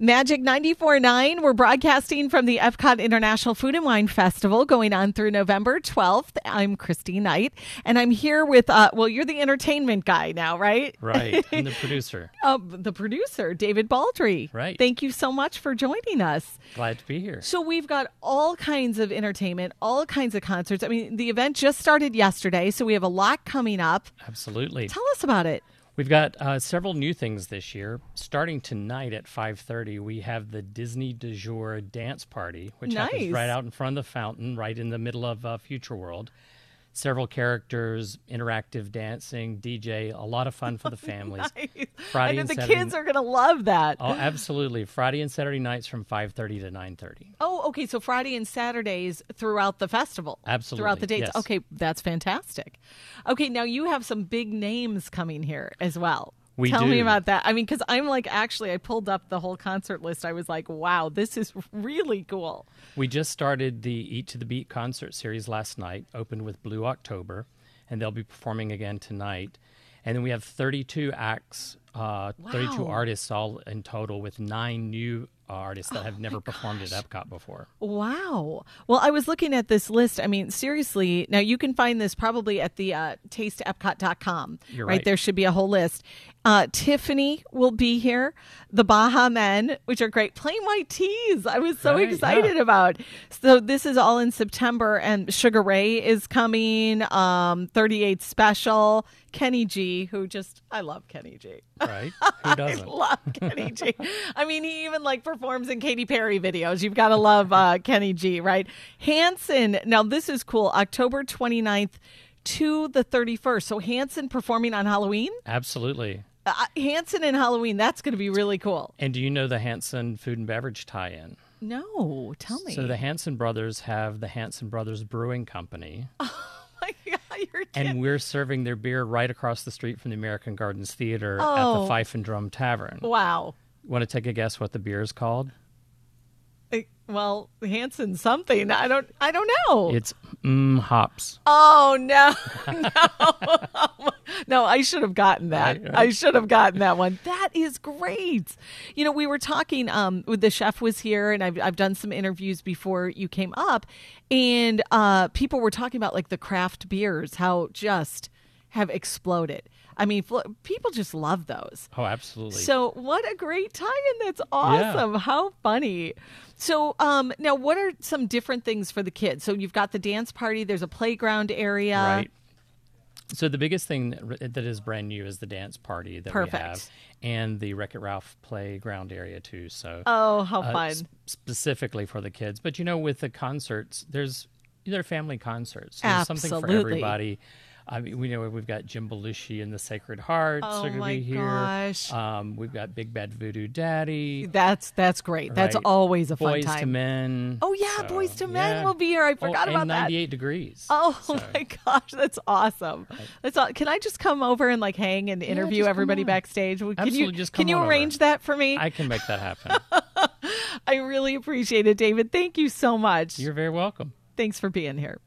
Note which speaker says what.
Speaker 1: Magic 94.9, we're broadcasting from the Epcot International Food and Wine Festival going on through November 12th. I'm Christy Knight, and I'm here with, uh, well, you're the entertainment guy now, right?
Speaker 2: Right. And the producer.
Speaker 1: Uh, the producer, David Baldry.
Speaker 2: Right.
Speaker 1: Thank you so much for joining us.
Speaker 2: Glad to be here.
Speaker 1: So we've got all kinds of entertainment, all kinds of concerts. I mean, the event just started yesterday, so we have a lot coming up.
Speaker 2: Absolutely.
Speaker 1: Tell us about it.
Speaker 2: We've got uh, several new things this year. Starting tonight at 5:30, we have the Disney du jour dance party, which
Speaker 1: Nice.
Speaker 2: happens right out in front of the fountain, right in the middle of uh, Future World. Several characters, interactive dancing, DJ, a lot of fun for the families.
Speaker 1: I
Speaker 2: Friday
Speaker 1: know
Speaker 2: and
Speaker 1: the
Speaker 2: Saturday
Speaker 1: kids
Speaker 2: n-
Speaker 1: are going to love that.
Speaker 2: Oh, absolutely! Friday and Saturday nights from 5:30 to 9:30.
Speaker 1: Oh, okay. So Friday and Saturdays throughout the festival. Throughout the
Speaker 2: Absolutely,
Speaker 1: dates.
Speaker 2: yes.
Speaker 1: Okay, that's fantastic. Okay, now you have some big names coming here as well.
Speaker 2: We
Speaker 1: Tell me
Speaker 2: do.
Speaker 1: about that. I mean, because I'm like, actually, I pulled up the whole concert list. I was like, wow, this is really cool.
Speaker 2: We just started the Eat to the Beat concert series last night, opened with Blue October, and they'll be performing again tonight. And then we have 32 acts, uh, 32
Speaker 1: Wow.
Speaker 2: artists all in total, with nine new artists
Speaker 1: Oh
Speaker 2: that have never performed at Epcot before.
Speaker 1: Wow. Well, I was looking at this list. I mean, seriously, now you can find this probably at the uh, tasteepcot.com.
Speaker 2: You're right.
Speaker 1: There should be a whole list. Uh, Tiffany will be here. The Baja Men, which are great. Plain White Teas. I was so
Speaker 2: Right, yeah.
Speaker 1: excited about. So this is all in September, and Sugar Ray is coming. Um, 38 Special. Kenny G, who just, I love Kenny G.
Speaker 2: Right? Who doesn't?
Speaker 1: love Kenny G. I mean, he even like performs in Katy Perry videos. You've got to love uh, Kenny G, right? Hanson. Now, this is cool. October 29th to the 31st. So, Hanson performing on Halloween?
Speaker 2: Absolutely.
Speaker 1: Uh, Hanson and Halloween. That's going to be really cool.
Speaker 2: And do you know the Hanson food and beverage tie in?
Speaker 1: No, tell me.
Speaker 2: So the Hanson brothers have the Hanson Brothers Brewing Company,
Speaker 1: Oh, My God, you're kidding.
Speaker 2: and we're serving their beer right across the street from the American Gardens Theater at
Speaker 1: Oh.
Speaker 2: the Fife and Drum Tavern.
Speaker 1: wow.
Speaker 2: Want to take a guess what the beer is called?
Speaker 1: Uh, Well, Hanson something. I don't. I don't know.
Speaker 2: It's mm, hops.
Speaker 1: Oh no, no, no! I should have gotten that.
Speaker 2: Right, right.
Speaker 1: I should have gotten that one. That is great. You know, we were talking. Um, with the chef was here, and I've I've done some interviews before you came up, and uh, people were talking about like the craft beers, how just have exploded. I mean, fl- people just love those.
Speaker 2: Oh, absolutely.
Speaker 1: So uh, what a great tie-in! That's awesome. How funny. So um, now, what are some different things for the kids? So you've got the dance party. There's a playground area.
Speaker 2: right. So the biggest thing that r- that is brand new is the dance party that we
Speaker 1: Perfect.
Speaker 2: have, and the Wreck-It Ralph playground area too. So
Speaker 1: Oh, how
Speaker 2: uh,
Speaker 1: fun!
Speaker 2: s- specifically for the kids, but you know, with the concerts, there's they're family concerts. There's something for
Speaker 1: Absolutely.
Speaker 2: everybody. I mean, we know we've got Jim Belushi and the Sacred Hearts
Speaker 1: Oh
Speaker 2: are going to
Speaker 1: my
Speaker 2: be here.
Speaker 1: gosh.
Speaker 2: Um, we've got Big Bad Voodoo Daddy.
Speaker 1: That's that's great. That's
Speaker 2: right?
Speaker 1: always a fun
Speaker 2: Boys
Speaker 1: time.
Speaker 2: to Men.
Speaker 1: Oh yeah,
Speaker 2: So,
Speaker 1: boys to men
Speaker 2: yeah.
Speaker 1: will be here. I forgot
Speaker 2: oh,
Speaker 1: about
Speaker 2: and
Speaker 1: that.
Speaker 2: 98 degrees.
Speaker 1: Oh my gosh, that's awesome! That's all. Can I just come over and like hang and interview
Speaker 2: just come
Speaker 1: everybody
Speaker 2: on.
Speaker 1: backstage? Well, Can you
Speaker 2: Absolutely, just
Speaker 1: can
Speaker 2: come
Speaker 1: you
Speaker 2: on over.
Speaker 1: arrange that for me?
Speaker 2: I can make that happen.
Speaker 1: I really appreciate it, David. Thank you so much.
Speaker 2: You're very welcome.
Speaker 1: Thanks for being here.